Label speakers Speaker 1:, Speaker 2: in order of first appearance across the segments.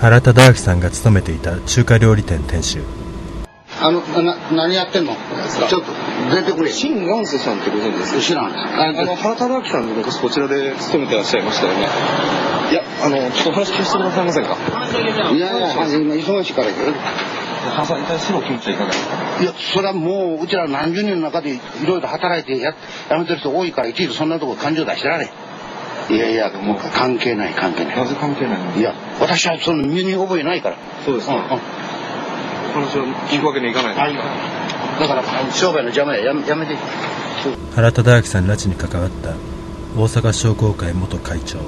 Speaker 1: 原忠明さんが勤めていた中華料理店店主
Speaker 2: あの、な、何やってんのちょっと、出てくれ。
Speaker 3: 新元祖さんってご存知ですか
Speaker 2: 知らん。
Speaker 3: あの、原忠明さんで昔こちらで勤めてらっしゃいましたよね。いや、あの、ちょっとお話聞かせてくださいませんか。
Speaker 2: いやいや、今忙しいからやけど。
Speaker 3: 原さんに対するお気持ちはいかがですか
Speaker 2: いや、それはもう、うちら何十年の中でいろいろ働いてや、やめてる人多いから、いちいちそんなとこ感情出してられん。いやいや、もう関係ない、関係ない。
Speaker 3: なぜ関係ないの
Speaker 2: いや、私はその身に覚えないから。
Speaker 3: そうです
Speaker 2: うん
Speaker 3: か。
Speaker 2: う
Speaker 3: お
Speaker 2: ん。
Speaker 3: 話を聞くわけにはいかない
Speaker 2: はいだから、商売の邪魔や、やめやめて。
Speaker 1: 原忠明さん拉致に関わった大阪商工会元会長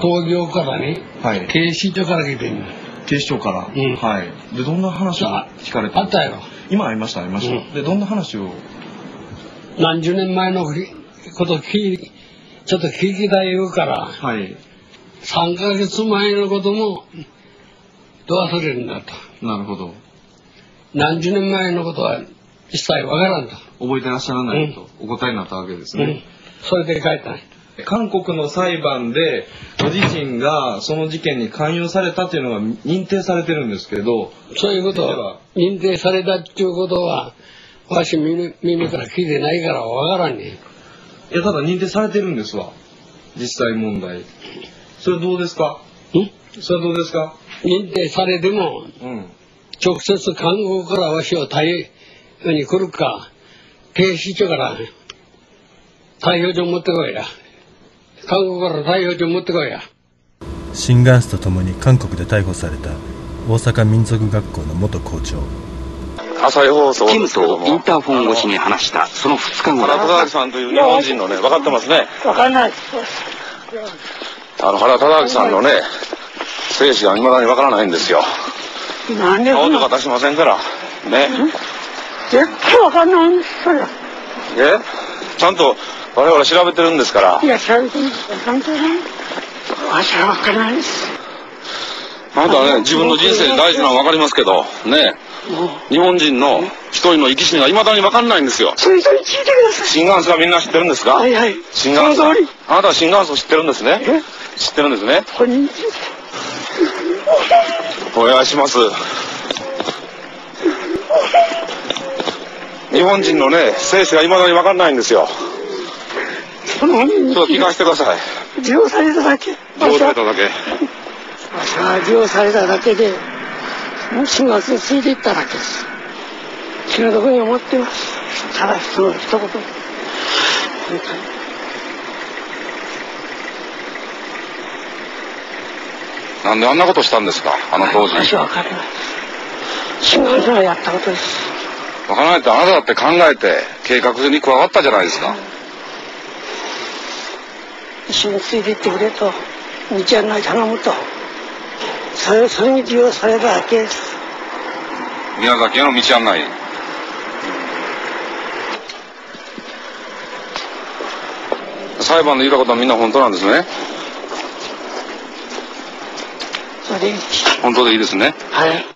Speaker 4: 工業からね、
Speaker 3: はい。
Speaker 4: 警視庁から来てんの。
Speaker 3: 警視庁から。
Speaker 4: うん
Speaker 3: はい。で、どんな話を聞かれた
Speaker 4: あったやろ。
Speaker 3: 今会いました、会いました。
Speaker 4: うん
Speaker 3: で、どんな話を
Speaker 4: 何十年前のこと聞い、ちょっと聞きたい言うから、
Speaker 3: はい。
Speaker 4: 3ヶ月前のことも、ど忘れるんだと。
Speaker 3: なるほど。
Speaker 4: 何十年前のことは一切わからんと。
Speaker 3: 覚えてらっしゃらないとお答えになったわけです
Speaker 4: う
Speaker 3: ね。
Speaker 4: ん。それで帰ったんや
Speaker 3: 韓国の裁判でご自身がその事件に関与されたというのが認定されてるんですけど
Speaker 4: そういうことを認定されたっていうことは、わし耳耳から聞いてないからわからんねん。
Speaker 3: いやただ認定されてるんですわ実際問題それはどうですか
Speaker 4: うん
Speaker 3: それはどうですか
Speaker 4: 認定されても、
Speaker 3: うん
Speaker 4: 直接看護からわしを対応に来るか、警視庁から逮捕状持ってこいや。看護から逮捕状持ってこいや。
Speaker 1: シンガンスと共に韓国で逮捕された大阪民族学校の元校長
Speaker 5: 朝日放送
Speaker 6: キ
Speaker 5: で
Speaker 6: ム
Speaker 5: すけど
Speaker 6: と
Speaker 5: も、
Speaker 6: インターフォン越しに話したその2日後
Speaker 5: 原忠明さんという日本人のね、分かってますね。
Speaker 7: わかんない。
Speaker 5: あの、原忠明さんのね、生死が未だに分からないんですよ。
Speaker 7: なんで
Speaker 5: 顔と
Speaker 7: 絶
Speaker 5: か出しませんから。ね。
Speaker 7: 対わかんないんですよ。
Speaker 5: えちゃんと我々調べてるんですから
Speaker 7: い。や、ちゃんと、ちゃんとね。わしはわかんないです。
Speaker 5: あなたはね、自分の人生で大事なの分かりますけど、ね。日本人の一人の生き死にが未だに分かんないんですよ。
Speaker 7: それぞれ聞いてください。
Speaker 5: 新元祖はみんな知ってるんですか
Speaker 7: はいはい
Speaker 5: 新元祖。
Speaker 7: その通り
Speaker 5: あなたは新元祖知ってるんですね。知ってるんですね。
Speaker 7: こんにち
Speaker 5: お願いします。日本人のね、生死が未だに分かんないんですよ。
Speaker 7: その
Speaker 5: ちょっと聞かせてください。
Speaker 7: 利用されただけ。
Speaker 5: どう
Speaker 7: わし
Speaker 5: さ
Speaker 7: は
Speaker 5: れただけ。
Speaker 7: わしは利用されただけで、もう4月についていっただけです。気の毒に思ってます。ただ、その一言。
Speaker 5: なんであんなことしたんですかあの当時。
Speaker 7: 私はわかります。新幹線はやったことです。
Speaker 5: わからないってあなただって考えて、計画に加わったじゃないですか。
Speaker 7: 一緒についていってくれと日案内頼むとそれそれに利用されただけです
Speaker 5: 宮崎への道案内。裁判で言ったことはみんな本当なんですね。
Speaker 7: それで
Speaker 5: 本当でいいですね。
Speaker 7: はい